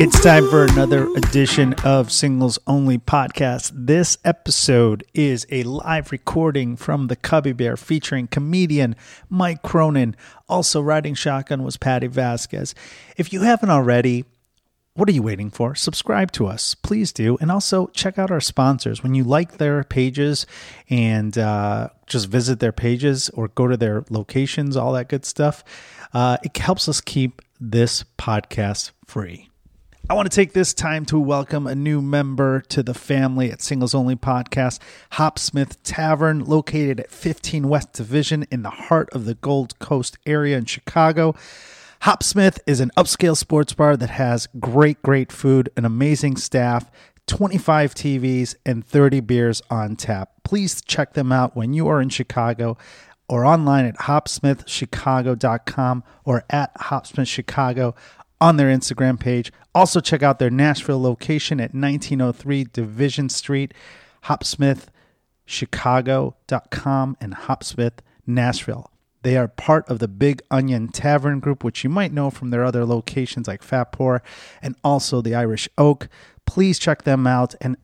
It's time for another edition of Singles Only Podcast. This episode is a live recording from the Cubby Bear featuring comedian Mike Cronin. Also riding shotgun was Patty Vasquez. If you haven't already, what are you waiting for? Subscribe to us, please do. And also check out our sponsors. When you like their pages and uh, just visit their pages or go to their locations, all that good stuff, uh, it helps us keep this podcast free. I want to take this time to welcome a new member to the family at Singles Only Podcast, Hopsmith Tavern, located at 15 West Division in the heart of the Gold Coast area in Chicago. Hopsmith is an upscale sports bar that has great, great food, an amazing staff, 25 TVs, and 30 beers on tap. Please check them out when you are in Chicago or online at hopsmithchicago.com or at hopsmithchicago on their Instagram page. Also, check out their Nashville location at 1903 Division Street, hopsmithchicago.com, and Hopsmith Nashville. They are part of the Big Onion Tavern Group, which you might know from their other locations like Fat Poor and also the Irish Oak. Please check them out. And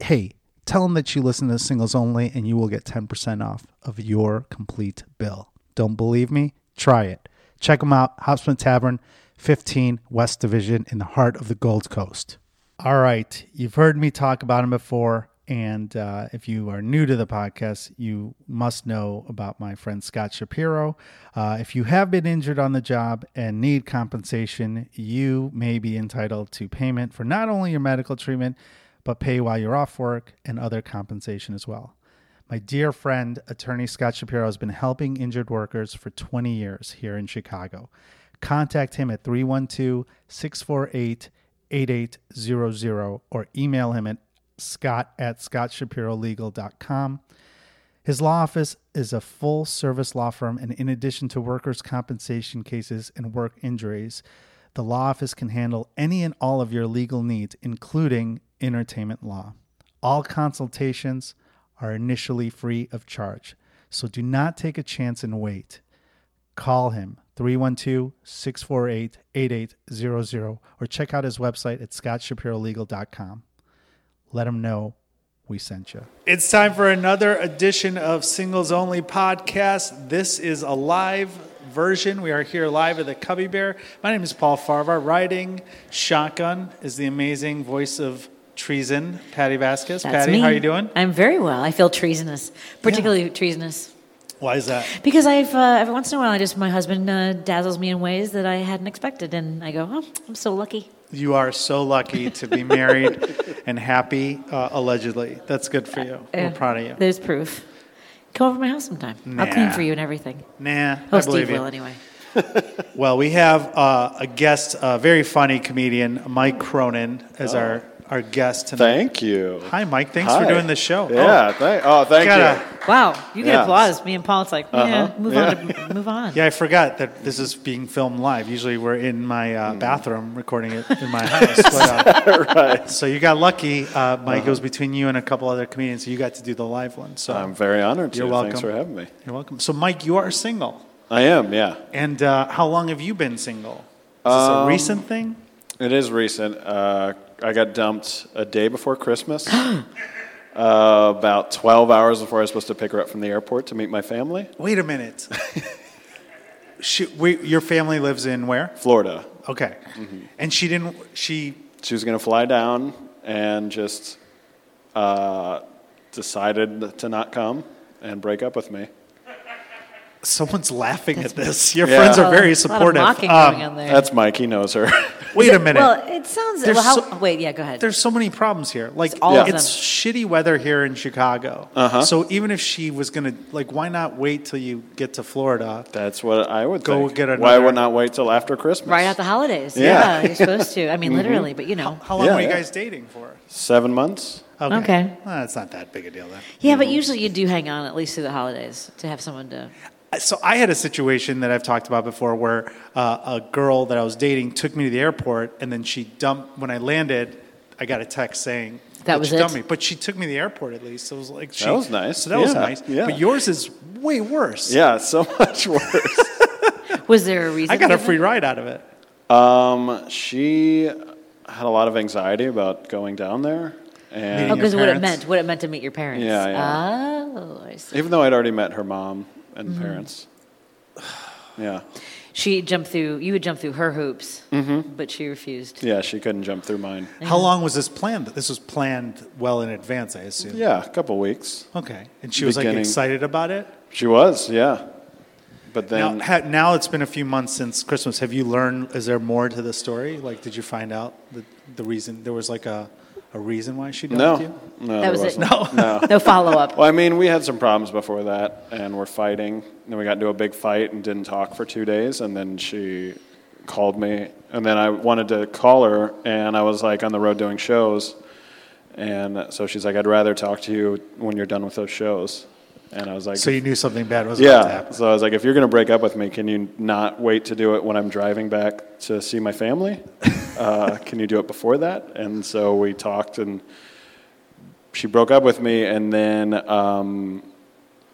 hey, tell them that you listen to singles only and you will get 10% off of your complete bill. Don't believe me? Try it. Check them out. Hopsman Tavern, 15 West Division in the heart of the Gold Coast. All right. You've heard me talk about them before. And uh, if you are new to the podcast, you must know about my friend Scott Shapiro. Uh, if you have been injured on the job and need compensation, you may be entitled to payment for not only your medical treatment, but pay while you're off work and other compensation as well. My dear friend, attorney Scott Shapiro, has been helping injured workers for 20 years here in Chicago. Contact him at 312 648 8800 or email him at scott at scottshapirolegal.com. His law office is a full service law firm, and in addition to workers' compensation cases and work injuries, the law office can handle any and all of your legal needs, including entertainment law. All consultations are initially free of charge, so do not take a chance and wait. Call him 312 648 8800 or check out his website at scottshapirolegal.com let them know we sent you. It's time for another edition of Singles Only Podcast. This is a live version. We are here live at the Cubby Bear. My name is Paul Farvar. Riding shotgun is the amazing voice of treason, Patty Vasquez. That's Patty, me. how are you doing? I'm very well. I feel treasonous, particularly treasonous, Why is that? because I've uh, every once in a while, I just my husband uh, dazzles me in ways that I hadn't expected, and I go, "Oh, I'm so lucky." You are so lucky to be married and happy, uh, allegedly. That's good for you. Yeah. We're proud of you. Uh, There's proof. Come over to my house sometime. I'll Nah. clean for you and everything. Nah, Oh, I Steve believe will you. anyway. Well, we have uh, a guest, a very funny comedian, Mike Cronin, as our, our guest tonight. Thank you. Hi, Mike. Thanks for Hi. doing this show. Yeah. Thank, oh, thank Gotta- you. Wow, you get Yeah. applause. Me and Paul, it's like, yeah, Uh-huh. move on, to, move on. Yeah, I forgot that this is being filmed live. Usually we're in my uh, Hmm. bathroom recording it in my house. But, uh, So you got lucky. Uh, Mike Uh-huh. goes between you and a couple other comedians. So you got to do the live one. So I'm very honored. You're to. welcome. Thanks for having me. you're welcome. So, Mike, you are single. I am. Yeah. And uh, how long have you been single? Is this Um, a recent thing? It is recent. Uh, I got dumped a day before Christmas. uh, about 12 hours before I was supposed to pick her up from the airport to meet my family. Wait a minute. she, we, your family lives in where? Florida. Okay. Mm-hmm. And she didn't, she, She was going to fly down and just uh, decided to not come and break up with me. someone's laughing at this. Your Yeah. friends are very A lot of supportive. mocking Um, going on there. That's Mike. He knows her. wait a minute. Well, it sounds. There's Well, how, so- wait, yeah, go ahead. There's so many problems here. Like all of it's shitty weather here in Chicago. Uh-huh. So even if she was gonna like, why not wait till you get to Florida? That's what I would Go think. get Why another- would not wait till after Christmas? Right at the holidays. Yeah. Mm-hmm. Yeah, you're supposed to. I mean, literally, but you know. How long Yeah, were you yeah. guys dating for? Seven months. Okay. Well, it's not that big a deal then. Yeah, but usually you do hang on at least through the holidays to have someone to. So I had a situation that I've talked about before where uh, a girl that I was dating took me to the airport, and then she dumped when I landed. I got a text saying That was she it? dumped me, but she took me to the airport at least. So it was like she, was nice. So that was Yeah, nice. yeah. But yours is way worse. Yeah, so much worse. Was there a reason? I got a given? free ride out of it. um, she, had a lot of anxiety about going down there, and Oh, Meeting your because what it parents. meant, what it meant to meet your parents. Yeah, Oh, I see. even though I'd already met her mom and Mm-hmm. parents, yeah, She jumped through. You would jump through her hoops, but she refused. Mm-hmm. yeah, she couldn't jump through mine. How long was this planned? This was planned well in advance, I assume. Yeah, a couple weeks. Okay. And she was like Beginning. excited about it. She was, yeah, but then now, ha, now it's been a few months since Christmas. Have you learned? Is there more to the story? Like, did you find out the, the reason there was like a, a reason why she dumped no, you? no, there That was it. wasn't. No, no follow up. Well, I mean, we had some problems before that, and we're fighting. And we got into a big fight and didn't talk for two days. And then she called me, and then I wanted to call her, and I was like on the road doing shows. And so she's like, "I'd rather talk to you when you're done with those shows." And I was like, So you knew something bad was about to "Yeah." happen. So I was like, "If you're gonna break up with me, can you not wait to do it when I'm driving back to see my family? uh, can you do it before that?" And so we talked and she broke up with me, and then um,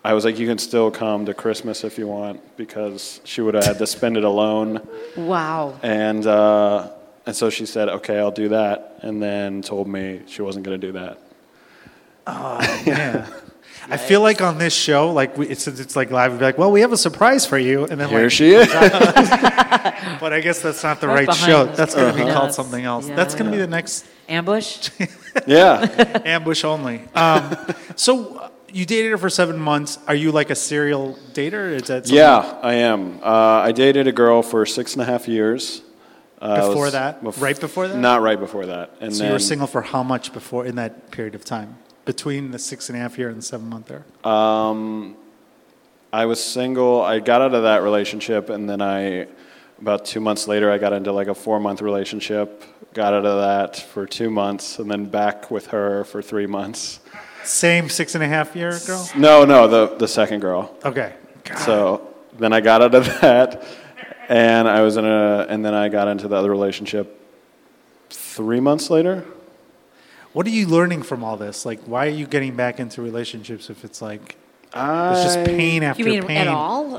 I was like, "You can still come to Christmas if you want," because she would have had to spend it alone. Wow. And uh, and so she said, "Okay, I'll do that," and then told me she wasn't going to do that. Yeah. I feel like on this show, like we, it's it's like live. We'd be like, well, we have a surprise for you, and then Here like, she is. but I guess that's not the That's right behind show. us. That's going to be Uh-huh. called something else. Yeah. That's going to be the next Ambush. yeah, ambush only. Um, so uh, you dated her for seven months. Are you like a serial dater? Is that something- yeah, I am. Uh, I dated a girl for six and a half years. Uh, I Before was- that? Right before that? Not right before that. And So then you were single for how much before in that period of time between the six and a half year and the seven month there? I was single. I got out of that relationship, and then I, about two months later, I got into like a four month relationship. Got out of that for two months, and then back with her for three months. Same six and a half year girl. No, no, the the second girl. Okay. God. So then I got out of that, and I was in a, and then I got into the other relationship. Three months later, What are you learning from all this? Like, why are you getting back into relationships if it's like I it's just pain after mean at pain? all?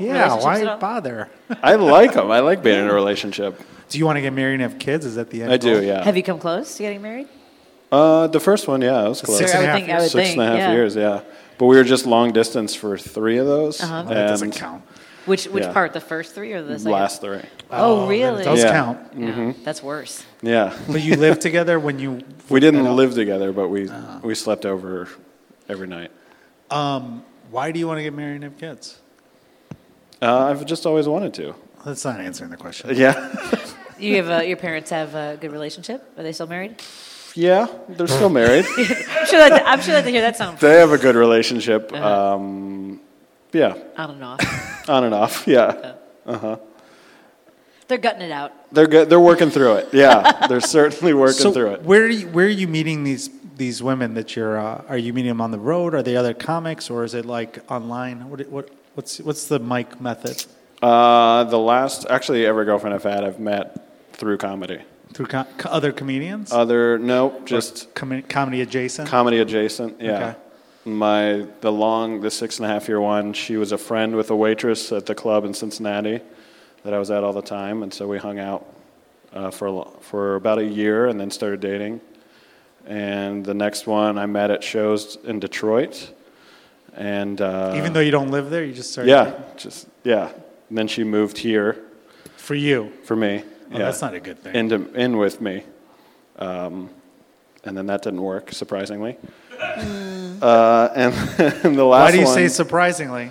Yeah. Relationships Why at all? bother? I like them. I like being in a relationship. do you want to get married and have kids? Is that the end? I do. goal? Yeah. Have you come close to getting married? Uh, the first one, yeah, it was close. Six Sure, and a I half would think. I years. would Six think. and a half yeah. years, yeah. But we were just long distance for three of those. Uh-huh. Oh, that doesn't and count. Which which Yeah. part? The first three or the second? Last three. Oh, then really? It does Yeah. Mm-hmm. count. Yeah, That's worse. Yeah. But you lived together when you. We didn't live together, but we Uh. we slept over every night. Um, why do you want to get married and have kids? Uh, I've just always wanted to. That's not answering the question. Yeah. You have a, your parents have a good relationship. Are they still married? yeah. They're still married. I'm sure. That, I'm sure that they hear that sound They have a good relationship. Uh-huh. Um, yeah. on and off. On and off. Yeah. They're gutting it out. They're good. They're working through it. Yeah. They're certainly working so through it. where are you, where are you meeting these these women that you're? Uh, are you meeting them on the road? Are they other comics, or is it like online? What what what's what's the mic method Uh, the last, actually, every girlfriend I've had, I've met through comedy. through co- co- other comedians? Other, no, Uh, just Com- comedy adjacent. comedy adjacent. Yeah. Okay. My the long the six and a half year one. She was a friend with a waitress at the club in Cincinnati that I was at all the time, and so we hung out uh, for a lo- for about a year, and then started dating. And the next one I met at shows in Detroit, and uh, Even though you don't live there, you just started. yeah, just yeah. And then she moved here For you, for me. oh, yeah. that's not a good thing. in, to- in with me. Um, and then that didn't work, surprisingly. Uh, and, and the last why do you one, say surprisingly?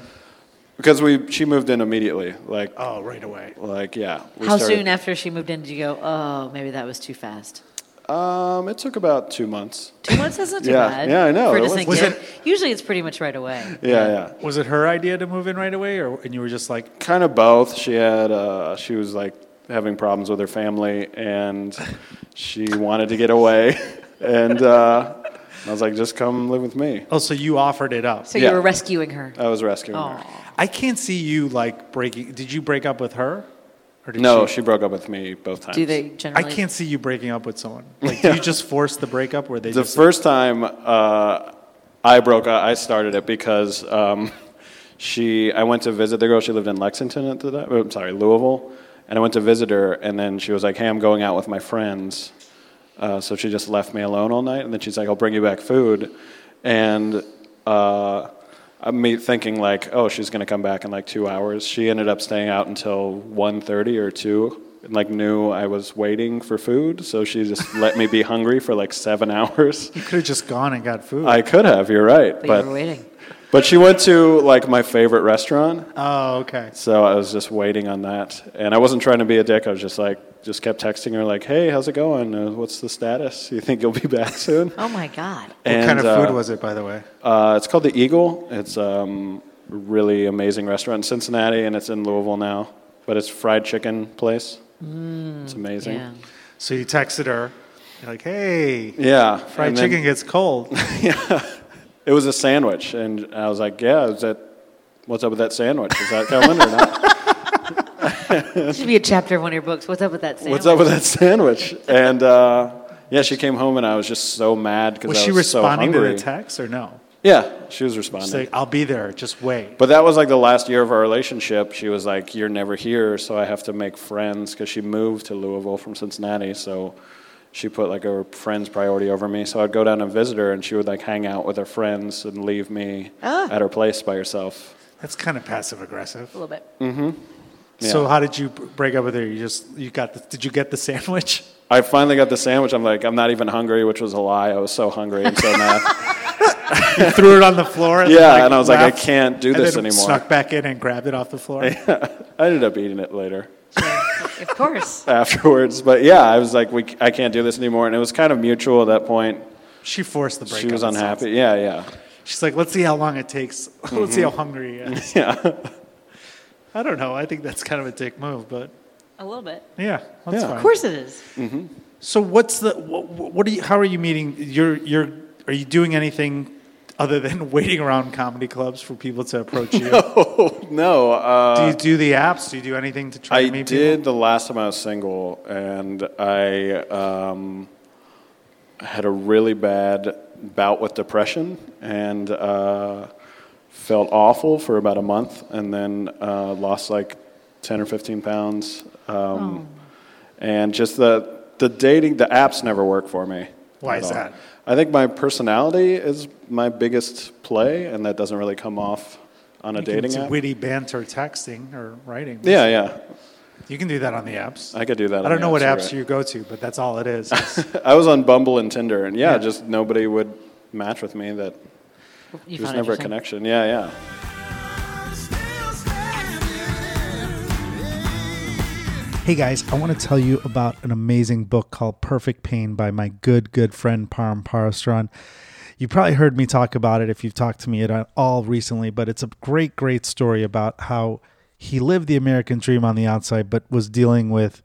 because we she moved in immediately, like Oh, right away. like yeah. We How started- soon after she moved in did you go? Oh, maybe that was too fast. Um, it took about two months. Two months isn't too Yeah, bad. yeah, I know, For a it was- distant Was kid. Usually it's pretty much right away. Yeah, yeah. Was it her idea to move in right away, or and you were just like, Kind of both. She had uh, she was like having problems with her family, and she wanted to get away, and uh, I was like, just come live with me. oh, so you offered it up? So Yeah. Uh, you were rescuing her. I was rescuing her. Aw. I can't see you like breaking. Did you break up with her? Or did No, she- she broke up with me both times. Do they I generally? can't see you breaking up with someone. Like, do you just force the breakup where they The just first time uh, I broke, I I started it because um, she. I went to visit the girl. She lived in Lexington at the oh, time. I'm sorry, Louisville. And I went to visit her, and then she was like, "Hey, I'm going out with my friends," Uh, so she just left me alone all night, and then she's like, "I'll bring you back food," and uh, I'm me thinking like, "Oh, she's gonna come back in like two hours." She ended up staying out until 1.30 or two, and like knew I was waiting for food, so she just let me be hungry for like seven hours. You could have just gone and got food. I could have, you're right, But, you were but waiting. but she went to like my favorite restaurant, oh, okay. so I was just waiting on that, and I wasn't trying to be a dick. I was just like, just kept texting her like, "Hey, how's it going? Uh, what's the status? You think you'll be back soon?" Oh my God. what kind of food was it, by the way? Uh, it's called the Eagle. It's um, a really amazing restaurant in Cincinnati, and it's in Louisville now. But it's fried chicken place. it's amazing. Yeah. So you texted her, you're like, "Hey, Yeah, fried and then- chicken gets cold." It was a sandwich, and I was like, "Yeah, is that what's up with that sandwich? Is that coming or not?" This should be a chapter of one of your books. What's up with that? Sandwich? What's up with that sandwich? And uh, yeah, she came home and I was just so mad because was I she was responding to so hungry. the text or no? Yeah, she was responding. She's like, "I'll be there. Just wait." but that was like the last year of our relationship. She was like, "You're never here, so I have to make friends." Because she moved to Louisville from Cincinnati, so she put like her friends priority over me. So I'd go down and visit her, and she would like hang out with her friends and leave me Ah. at her place by herself. That's kind of passive aggressive. A little bit. So Yeah. how did you b- break up with her? You just you got the, did you get the sandwich? I finally got the sandwich. I'm like, I'm not even hungry, which was a lie. I was so hungry and so mad. You threw it on the floor. And Yeah, like, and I was like, I left, can't do and this then anymore. Snuck back in and grabbed it off the floor. I ended up eating it later. Of course. afterwards. But yeah, I was like, we, I can't do this anymore. And it was kind of mutual at that point. She forced the breakup. she was it sounds unhappy. Yeah, yeah. She's like, let's see how long it takes. let's see how hungry he is. Mm-hmm. Yeah. I don't know. I think that's kind of a dick move, but A little bit. yeah, that's Yeah. fine. Of course it is. So what's the what, what are you? How are you meeting? You're you're are you doing anything other than waiting around comedy clubs for people to approach you? no, uh, Do you do the apps? Do you do anything to try I to meet did people? the last time I was single, and I um, had a really bad bout with depression and uh, felt awful for about a month, and then uh, lost like 10 or 15 pounds. Um, And just the, the dating, the apps never work for me. Why at is all. that? I think my personality is my biggest play, and that doesn't really come off on a You can- dating it's app. witty banter, texting or writing. yeah, yeah. you can do that on the apps. I, I could do that. on don't the know what you're apps right. you go to, but that's all it is. It's- I was on Bumble and Tinder, and yeah, Yeah. just nobody would match with me. That You there was found never a interesting. connection. Yeah, yeah. Hey guys, I want to tell you about an amazing book called Perfect Pain by my good, good friend Param Parasran. You probably heard me talk about it if you've talked to me at all recently, but it's a great, great story about how he lived the American dream on the outside, but was dealing with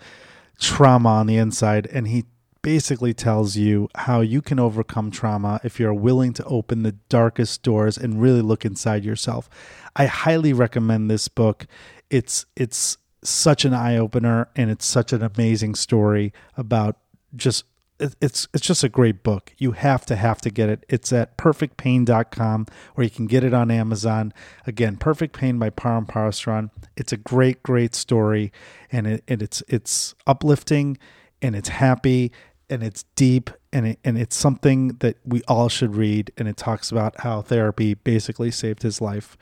trauma on the inside. And he basically tells you how you can overcome trauma if you're willing to open the darkest doors and really look inside yourself. I highly recommend this book. It's it's such an eye opener and it's such an amazing story about just it- it's it's just a great book. You have to have to get it. It's at perfectpain.com or you can get it on Amazon. Again, Perfect Pain by Param Parasran. It's a great great story and it and it's it's uplifting and it's happy and it's deep and it, and it's something that we all should read and it talks about how therapy basically saved his life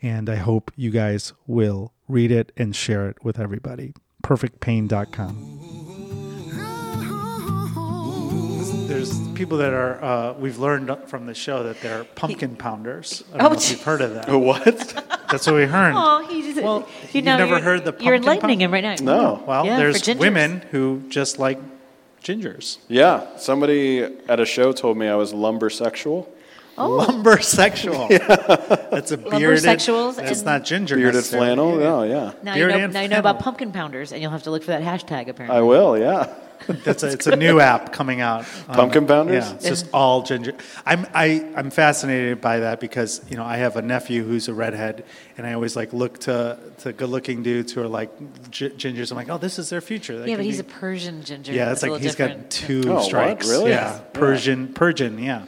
and I hope you guys will read it and share it with everybody. perfectpain.com there's people that are uh, we've learned from the show that they're pumpkin pounders. I don't Oh, know if you've heard of that. What? That's what we heard. Oh, he just. Well, you you've know, never you're- heard the You're pumpkin enlightening pump- him right now. No. Well, Yeah, for there's gingers. women who just like gingers. yeah. Somebody at a show told me I was lumbersexual. Lumber sexual. That's a bearded. Lumbersexuals That's and- not ginger. Bearded necessarily. flannel? No, yeah. Now you, Beard know, and now you know about flannel. pumpkin pounders, and you'll have to look for that hashtag apparently. I will. Yeah. That's a, it's a new app coming out. Um, Pumpkin pounders? Yeah, it's just all ginger. I'm I, I'm fascinated by that because you know I have a nephew who's a redhead, and I always like look to to good-looking dudes who are like gi- gingers. I'm like, oh, this is their future. They can yeah, but he's be- a Persian ginger. yeah. It's a like little he's got different. two Oh, what? strikes. Really? Yeah, Yeah. Persian, Persian. Yeah,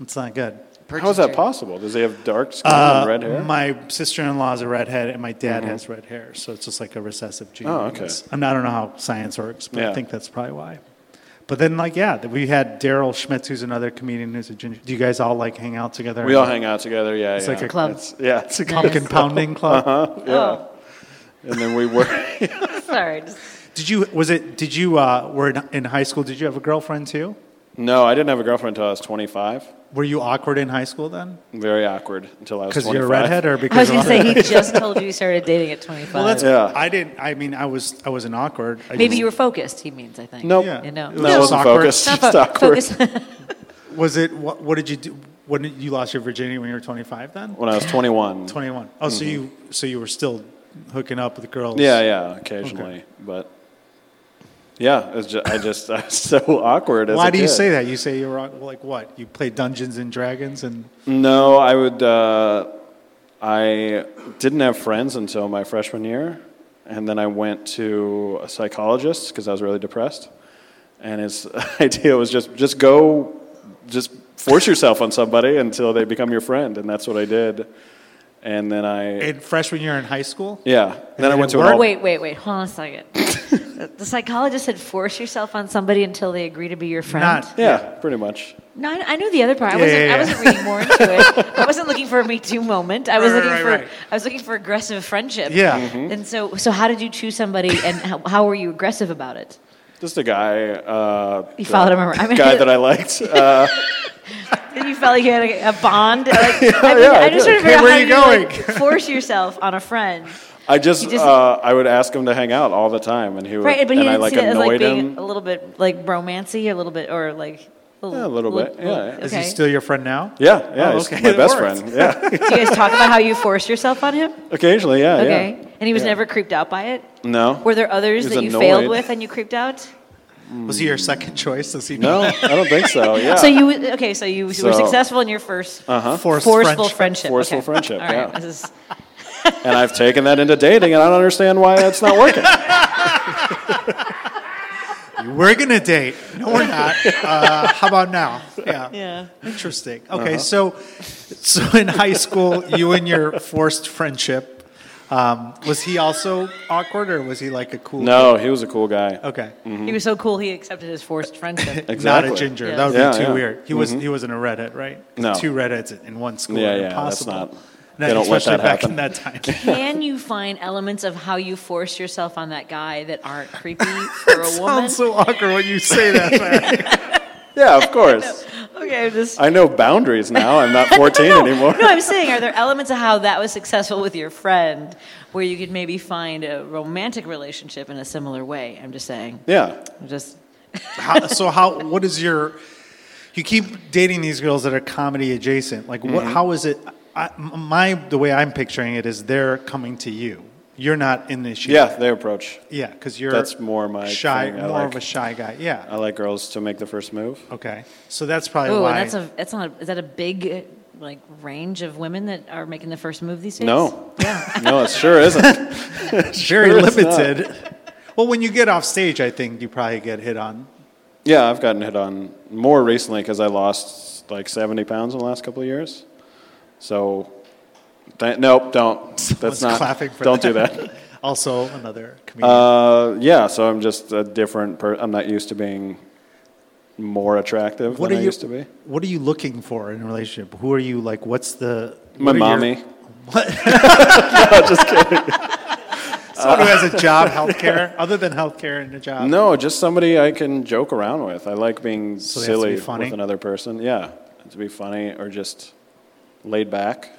it's not good. Persian How is that ginger. possible? Does he have dark skin and red hair? Uh, Mm-hmm. My sister-in-law is a redhead, and my dad has red hair, so it's just like a recessive gene. Oh, okay. It's- I'm not- I don't know how science works, but I Yeah. think that's probably why. But then, like, yeah, we had Daryl Schmitz, who's another comedian who's a ginger. Do you guys all like hang out together? We all hang out together. Yeah, It's yeah. like a Club. It's, yeah, Uh-huh. it's a Pumpkin pounding club. Oh, And then we were. sorry. Just- Did you? Was it? Did you? Uh, were in, in high school? Did you have a girlfriend too? no, I didn't have a girlfriend until I was 25. Were you awkward in high school then? Very awkward until I was Because 25. you're a redhead, or I was because going to of- say he just told you he started dating at 25. Well, that's. Yeah. I didn't. I mean, I was. I wasn't awkward. I Maybe just- you were focused. He means, I think. Nope. Yeah. You know. It No, just I wasn't awkward. focused. Not Just fo- awkward. focus. Was it? What, what did you do? When did- you lost your virginity when you were 25? Then When I was 21. 21. Oh, so you. So you were still hooking up with girls. Mm-hmm. Yeah, yeah, occasionally, but yeah, it was ju- I just I was so awkward. As Why a do you kid. say that? You say you're on, like what? You play Dungeons and Dragons and No, I would. Uh, I didn't have friends until my freshman year, and then I went to a psychologist because I was really depressed. And his idea was just just go, just force yourself on somebody until they become your friend, and that's what I did. And then I, in freshman year in high school. yeah, then I did went it to an work? all- Oh, Wait, wait, wait. Hold on a second. The- the psychologist said force yourself on somebody until they agree to be your friend. Not yeah, pretty much. No, I, I knew the other part. I Yeah, wasn't. yeah, yeah. I wasn't reading more into it. I wasn't looking for a Me Too moment. I was Right, looking right, for. right, right. I was looking for aggressive friendship. Yeah. Mm-hmm. Mhm. And so, so how did you choose somebody, and how, how were you aggressive about it? Just a guy. Uh, You followed him around. I mean- guy that I liked. Uh, Did you felt like you had a, a bond? Like, I, mean, yeah, I I just sort did. of figured Okay, out where how you you like, force yourself on a friend, I just, You just- uh, I would ask him to hang out all the time, and he would, right? But he and I didn't like see that as like annoyed being him. a little bit like romancy, a little bit, or like a Yeah, a little bit, yeah, yeah. Is okay. he still your friend now? Yeah, yeah, Oh, he's okay. my It best worked. friend. Yeah, Do you guys talk about how you forced yourself on him? occasionally, yeah, Okay. yeah. And he was Yeah. never creeped out by it. No. Were there others He was that you failed annoyed. with and you creeped out? Was he your second choice? Does he Mm. No, I don't think so. Yeah. So you okay? So you were So- Uh, successful in your 1st Uh-huh. Forced forceful friendship. friendship. Forceful okay. friendship, All right. yeah. This is, and I've taken that into dating, and I don't understand why that's not working. We're gonna date. No, we're not. Uh, how about now? Yeah. yeah. Interesting. Uh-huh. Okay, so so in high school, you and your forced friendship. Um, was he also awkward, or was he like a cool? no, he was a cool guy. Okay. Mm-hmm. He was so cool. He accepted his forced friendship. Exactly. Not a ginger. Yeah. That would Yeah, be too yeah. Mm-hmm. weird. He was he wasn't a redhead, right? No. Two redheads in one school. Yeah, are yeah, that's Impossible. not- No, they don't let especially that back happen. in that time. Can you find elements of how you force yourself on that guy that aren't creepy for a woman? Sounds so awkward when you say that. man. Yeah, of course. okay, I'm just. I know boundaries now. I'm not 14 anymore. No, I'm saying, are there elements of how that was successful with your friend where you could maybe find a romantic relationship in a similar way? I'm just saying. Yeah. I'm just. How- so how? What is your? You keep dating these girls that are comedy adjacent. Like, what? Mm-hmm. How is it? I, m- my the way I'm picturing it is they're coming to you. You're not in this. Yeah, they approach. Yeah, because you're That's more my shy, thing. I more like- of a shy guy. Yeah. I like girls to make the first move. okay. So that's probably Oh, why. and that's a that's not a, is that a big uh, like range of women that are making the first move these days? No. Yeah. No, it sure isn't. very Sure it's not. limited. well, when you get off stage, I think you probably get hit on. Yeah, I've gotten hit on more recently because I lost like 70 pounds in the last couple of years. So, th- nope, don't. That's Someone's not. clapping for don't that. do that. Also, another comedian. Uh, yeah, so I'm just a different person. I'm not used to being more attractive what than are I you? used to be. What are you looking for in a relationship? Who are you like? What's the My what are your- mommy. Someone who has a job, healthcare, other than healthcare and a job. Uh, No, just somebody I can joke around with. I like being So they have to be silly funny? with another person. Yeah, to be funny or just laid back.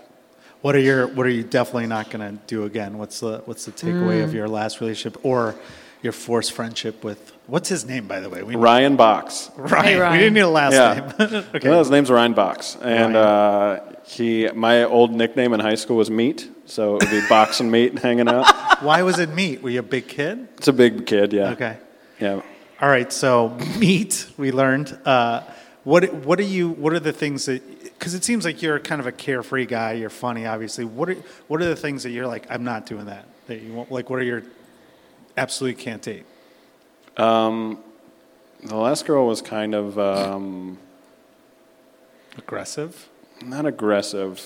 What are your What are you definitely not going to do again? What's the What's the takeaway of your last relationship or your forced friendship with? What's his name, by the way? We Ryan Box. Ryan. Hey, Ryan. We didn't need a last Yeah. name. okay. No, his name's Ryan Box, and Ryan. uh, he my old nickname in high school was Meat, so it would be Box and Meat hanging out. Why was it meat? Were you a big kid? It's a big kid, yeah. Okay. Yeah. All right. So meat. We learned. Uh, what What are you? What are the things that? Because it seems like you're kind of a carefree guy. You're funny, obviously. What are What are the things that you're like? I'm not doing that. That you won't, like. What are your absolutely can't date? The last girl was kind of um, Aggressive. not aggressive,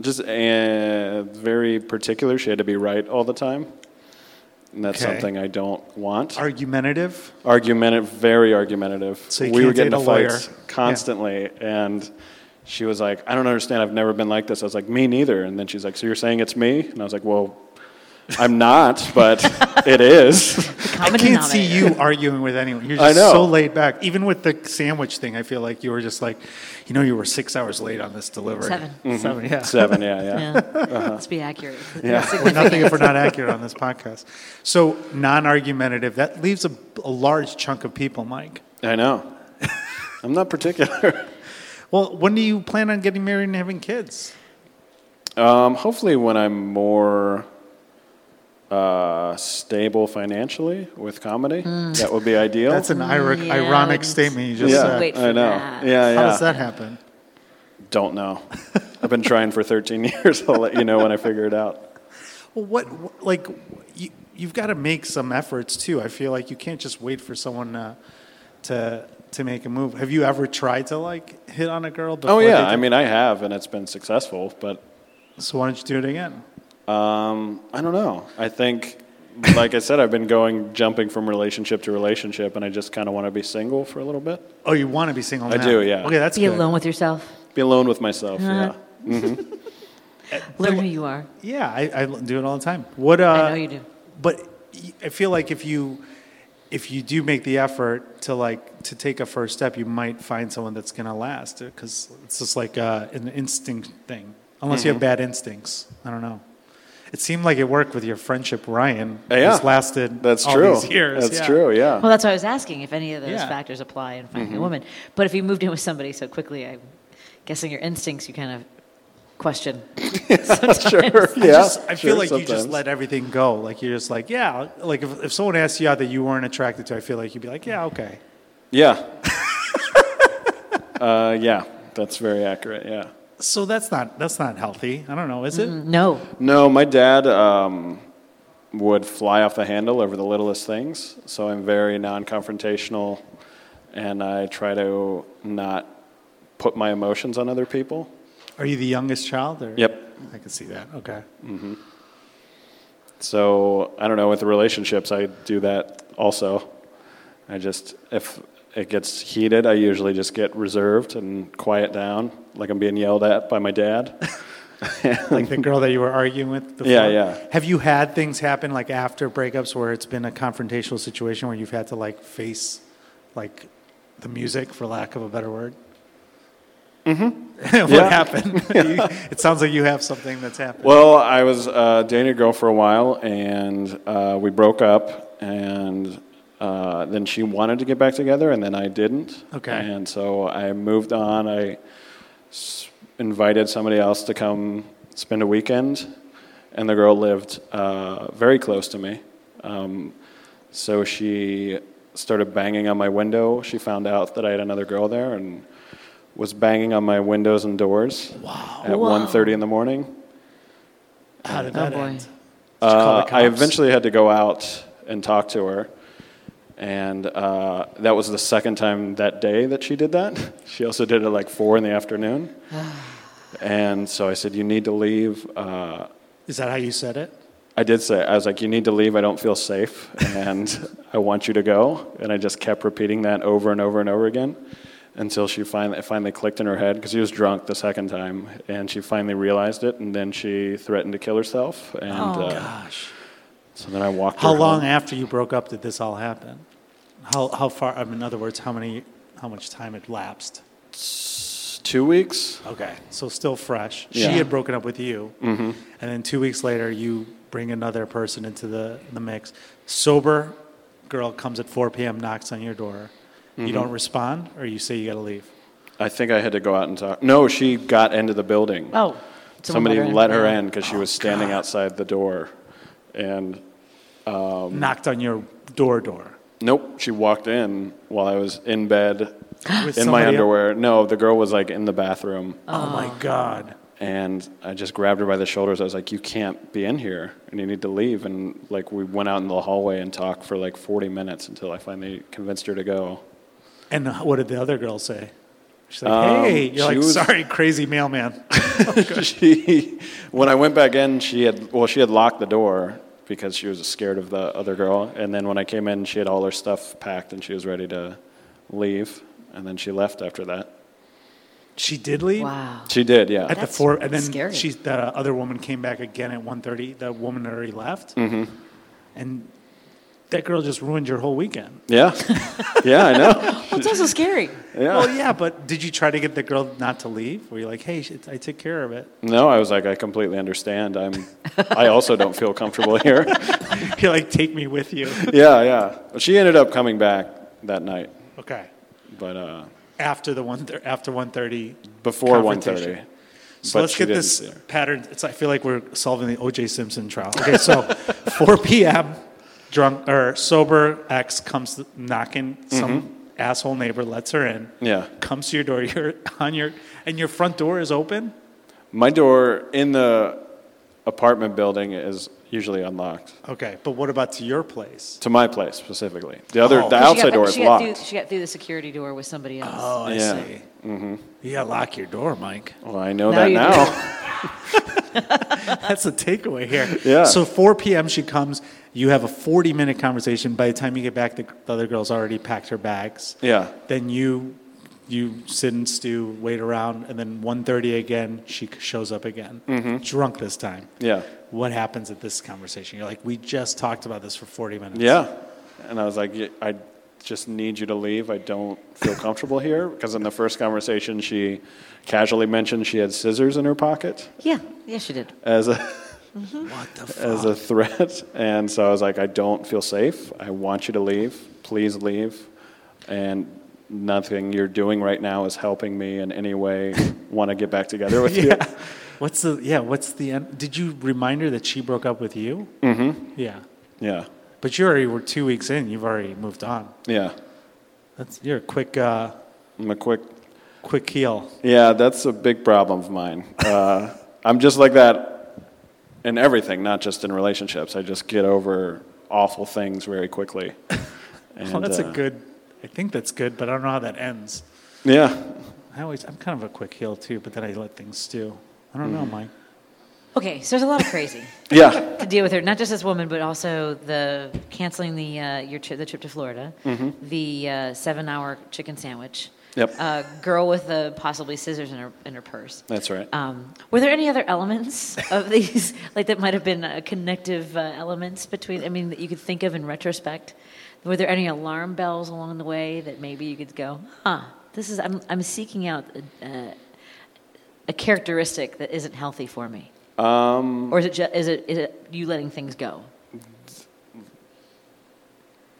just uh, very particular. She had to be right all the time, And that's Okay. something I don't want. Argumentative. argumentative, very argumentative. So you we can't were getting date into a lawyer. fights Yeah. constantly, and she was like, "I don't understand. I've never been like this." I was like, "Me neither." And then she's like, "So you're saying it's me?" And I was like, "Well, I'm not, but it is." I can't see you arguing with anyone. You're I just know. so laid back. Even with the sandwich thing, I feel like you were just like, you know, you were six hours late on this delivery. 7 Seven, yeah. Mm-hmm. Seven, yeah, yeah. Yeah. Uh-huh. Let's be accurate. We're nothing if we're not accurate on this podcast. So non-argumentative. That leaves a, a large chunk of people, Mike. I know. I'm not particular. Well, when do you plan on getting married and having kids? Um, hopefully, when I'm more uh, stable financially with comedy, that would be ideal. That's an ironic, yeah, ironic it's- statement you just yeah, said. Wait for I know. that. Yeah, yeah. How does that happen? Don't know. I've been trying for 13 years. I'll let you know when I figure it out. Well, what, what- like, you, you've got to make some efforts too. I feel like you can't just wait for someone uh, to to make a move. Have you ever tried to like hit on a girl? Before Oh yeah, they I did- mean I have, and it's been successful. But So why don't you do it again? um, I don't know. I think, like I said, I've been going jumping from relationship to relationship, and I just kind of want to be single for a little bit, Oh, you want to be single? I now. do, yeah. Okay, that's Be good. alone with yourself. be alone with myself. Yeah. Learn who you are. Yeah, I, I do it all the time. What? Uh, know you do. But y- I feel like if you if you do make the effort to like to take a first step, you might find someone that's gonna last because it's just like uh, an instinct thing. Unless you have Mm-hmm. bad instincts, I don't know. It seemed like it worked with your friendship, Ryan. Yeah. It's lasted. That's all true. These years. That's yeah. true. Yeah. Well, that's why I was asking if any of those Yeah. factors apply in finding a woman. But if you moved in with somebody so quickly, I'm guessing your instincts you kind of question. sure. I Yeah. just- I feel sure, like you just sometimes. let everything go. Like you're just like, yeah. Like if, if someone asked you out that you weren't attracted to, I feel like you'd be like, yeah, okay. Yeah. uh, yeah, that's very accurate. Yeah. So that's not that's not healthy. I don't know, is it? "Mm, No. No, my dad um, would fly off the handle over the littlest things. So I'm very non confrontational and I try to not put my emotions on other people. Are you the youngest child? Or? Yep. I can see that. Okay. So I don't know, with the relationships, I do that also. I just, if it gets heated, I usually just get reserved and quiet down, like I'm being yelled at by my dad. Like the girl that you were arguing with before. Yeah, yeah. Have you had things happen like after breakups where it's been a confrontational situation where you've had to like face like the music for lack of a better word? Mm-hmm. what Yeah. happened? You- it sounds like you have something that's happened. Well, I was uh, dating a girl for a while, and uh, we broke up, and uh, then she wanted to get back together, and then I didn't. Okay. And so I moved on. I s- invited somebody else to come spend a weekend, and the girl lived uh, very close to me. Um, so she started banging on my window. She found out that I had another girl there, and was banging on my windows and doors at Wow. 1.30 in the morning How did Oh that boy. end? uh, the I cops? eventually had to go out and talk to her. And uh, that was the second time that day that she did that. She also did it at like four in the afternoon. and so I said, You need to leave. Uh, Is that how you said it? I did say, I was like, You need to leave. I don't feel safe. And I want you to go. And I just kept repeating that over and over and over again until she finally, it finally clicked in her head because she was drunk the second time. And she finally realized it. And then she threatened to kill herself. And Oh. uh, Gosh. so then I walked. How her long home. after you broke up did this all happen? How how far? I mean, in other words, how many how much time had lapsed? Two weeks. Okay, so still fresh. Yeah. Mm-hmm. She had broken up with you, and then two weeks later, you bring another person into the the mix. Sober girl comes at 4 p.m., knocks on your door. Mm-hmm. You don't respond, or you say you got to leave. I think I had to go out and talk. No, she got into the building. Oh. someone Somebody in. let her in because she was standing outside the door. And Um. Knocked on your door door. nope, she walked in while I was in bed With in my somebody- underwear. No, the girl was like in the bathroom. Oh my God. And I just grabbed her by the shoulders. I was like, You can't be in here and you need to leave. And like, we went out in the hallway and talked for like 40 minutes until I finally convinced her to go. And what did the other girl say? She's like, Um, "Hey," she you're like, was- "Sorry, crazy mailman." she, when I went back in, she had well, she had locked the door, because she was scared of the other girl. And then when I came in, she had all her stuff packed and she was ready to leave. And then she left after that. She did leave. Wow. She did, yeah. At the That's four, and then scary. she, the other woman came back again at 1.30. The woman had already left, mm-hmm. and that girl just ruined your whole weekend. yeah. yeah, I know. Well, it's also scary. Yeah. Well, yeah, but did you try to get the girl not to leave? Were you like, "Hey, she, I took care of it"? No, I was like, I completely understand. I'm, I also don't feel comfortable here. You're like, "Take me with you." yeah, yeah. She ended up coming back that night, Okay. but uh, After the one, thir- after 1.30. before one Confrontation. thirty. So But let's she get didn't this see her. pattern. It's, I feel like we're solving the O.J. Simpson trial. Okay, so 4 p.m. drunk or sober ex comes knocking. Some asshole neighbor lets her in. Mm-hmm. Yeah. comes to your door. You're on your and your front door is open. My door in the apartment building is usually unlocked. Okay, but what about to your place? To my place specifically. The other, Oh. the She She outside got, door back- is she got through, locked. she got through the security door with somebody else. Oh, I Yeah. see. Mm-hmm. You gotta lock your door, Mike. Well, I know Now that you do. now. That's the takeaway here. Yeah. So 4 p.m. she comes. You have a 40 minute conversation. By the time you get back, the, the other girl's already packed her bags. yeah, Then you you sit and stew, wait around, and then 1:30 again. She c- shows up again, drunk this time. Mm-hmm. yeah, What happens at this conversation? You're like, we just talked about this for 40 minutes. yeah. And I was like, "Y- I just need you to leave. I don't feel comfortable here because in the first conversation, she casually mentioned she had scissors in her pocket Yeah, yeah, she did. as a. Mm-hmm. What the fuck? as a threat. And so I was like, I don't feel safe. I want you to leave. Please leave. And nothing you're doing right now is helping me in any way want to get back together with you. yeah. What's the yeah? What's the end? Did you remind her that she broke up with you? Mm-hmm. Yeah. Yeah. But you already were two weeks in. You've already moved on. Yeah. That's you're a quick uh, I'm a quick. quick heel. Yeah, that's a big problem of mine. Uh, I'm just like that in everything, not just in relationships. I just get over awful things very quickly. And, well, Oh, that's uh, a good. I think that's good, but I don't know how that ends. Yeah. I always I'm kind of a quick heel too, but then I let things stew. I don't know, Mm. Mike. Okay, so there's a lot of crazy Yeah. to deal with her. Not just this woman, but also the canceling the uh, your tri- the trip to Florida, the uh, seven hour chicken sandwich, Yep. uh, girl with uh, possibly scissors in her in her purse. That's right. Um, were there any other elements of these, like that might have been uh, connective uh, elements between? I mean, that you could think of in retrospect. Were there any alarm bells along the way that maybe you could go, huh? This is I'm I'm seeking out a, a, a characteristic that isn't healthy for me. Um, or is it ju- is it is it you letting things go?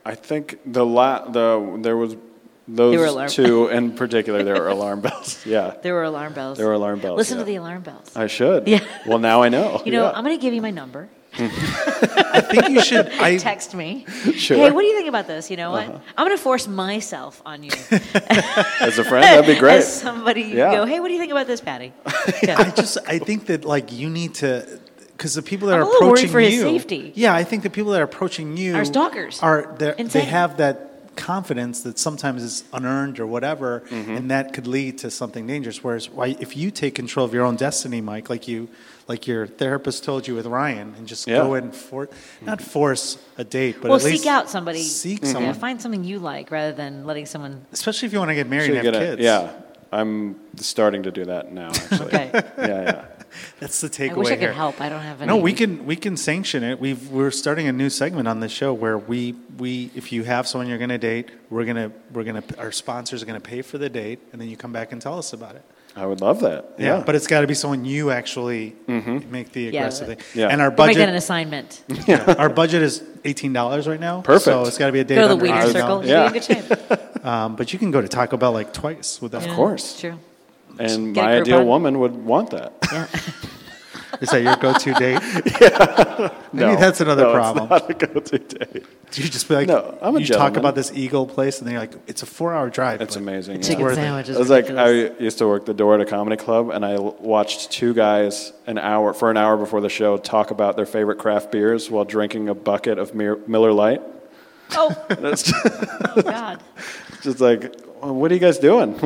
I think the la- the there was were those alarm- two in particular. There were alarm bells. Yeah, There were alarm bells. There were alarm bells, Listen yeah. to the alarm bells. I should. Yeah. Well, now I know. you know, Yeah. I'm going to give you my number. I think you should. I text me. Sure. Uh-huh. Hey, what do you think about this? You know what? I'm going to force myself on you. as a friend, that'd be great. As somebody you Yeah. go, hey, what do you think about this, Patty? I just I think that like you need to. Because the people that I'm are a little worried approaching for his you, safety. yeah, I think the people that are approaching you Are stalkers. Are they're- they Insane. have that confidence that sometimes is unearned or whatever, Mm-hmm. and that could lead to something dangerous. Whereas, why if you take control of your own destiny, Mike, like you, like your therapist told you with Ryan, and just Yeah. Mm-hmm. go in for not force a date, but well, at least seek out somebody. seek Yeah, someone, find something you like rather than letting someone. especially if you want to get married Should and get have a- kids. Yeah, I'm starting to do that now. Actually. Okay. Yeah, yeah. that's the I takeaway wish I could here. help. I don't have any. No, we can we can sanction it. We've we're starting a new segment on this show where we we if you have someone you're going to date, we're gonna we're gonna our sponsors are going to pay for the date, and then you come back and tell us about it. I would love that. Yeah. Mm-hmm. but it's got to be someone you actually make the Yeah, aggressive but- thing. Yeah. And our We'll make that an budget assignment. yeah, our budget is eighteen dollars right now. Perfect. So it's got to be a date. Go to the under wiener $18. circle. Yeah. You're in good shape. Um, but you can go to Taco Bell like twice with that. Yeah, course. it's True. and get a my Groupon. ideal woman would want that. Yeah. Is that your go-to date? Maybe No. that's another No, it's problem. not a go-to date. Do you just be like, No, I'm a you talk gentleman. about this Eagle place, and then you're like, it's a four-hour drive. It's but amazing. yeah. Chicken worth it. sandwiches. I was like, I used to work the door at a comedy club, and I l- watched two guys an hour for an hour before the show talk about their favorite craft beers while drinking a bucket of Mir- Miller Lite. oh, That's just, oh, God. just like, "Well, what are you guys doing?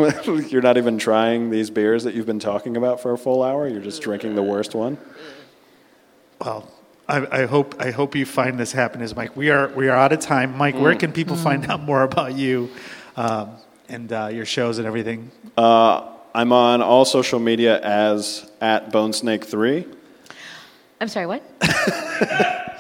You're not even trying these beers that you've been talking about for a full hour. You're just drinking the worst one. Well, I, I hope I hope you find this happiness, Mike. We are we are out of time, Mike. Mm. Where can people find out more about you um, and uh, your shows and everything? Uh, I'm on all social media as at Bonesnake3. I'm sorry, what?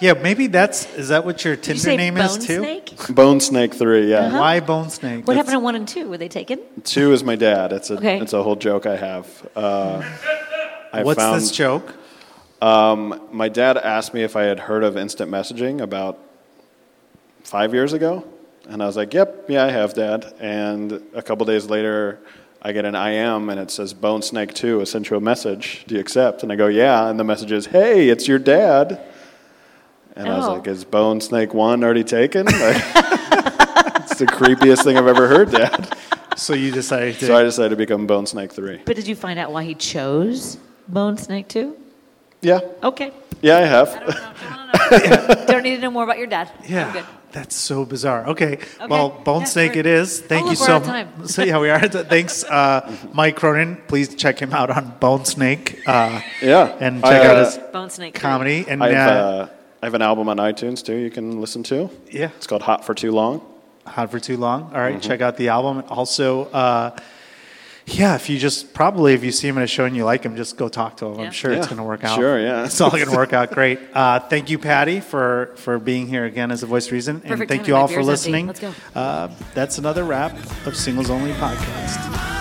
Yeah, maybe that's is that what your Did you Tinder say name bone is too? snake? Bonesnake3, yeah. Why bone snake? What happened to one and two? Were they taken? Two is my dad. It's a Okay. it's a whole joke I have. Uh, I What's found this joke? um, my dad asked me if I had heard of instant messaging about five years ago, and I was like, "Yep, yeah, I have, Dad." And a couple days later, I get an IM and it says Bone Snake Two has sent you a message. Do you accept? And I go, "Yeah," and the message is, "Hey, it's your dad." And I was Oh. like, "Is Bone Snake One already taken?" Like, it's the creepiest thing I've ever heard, Dad. So you decided to So I decided to become Bone Snake Three. But did you find out why he chose bone snake two? Yeah, Okay. yeah, I have. Don't need to know more about your dad. I'm Yeah, good. that's so bizarre. Okay, well, Bone Yeah, Snake great. it is. Thank Oh, you look, we're so out of time. much. So yeah, we are. Thanks, uh, Mike Cronin. Please check him out on Bone Snake uh, Yeah, and I, check out uh, his Bone snake three. comedy. And I have, uh, uh, I have an album on iTunes too. You can listen to. Yeah. it's called Hot for Too Long. hot for too long. All Mm-hmm. right, check out the album. And Also, uh, yeah, if you just probably if you see him at a show and you like him, just go talk to him. Yeah. I'm sure it's Yeah, going to work out. sure, yeah. it's all going to work out great. Uh, thank you, Patty, for for being here again as a voice of reason, and Perfect thank timing. you My all for Uh, beer's listening. empty. Let's go. Uh, that's another wrap of Singles Only podcast.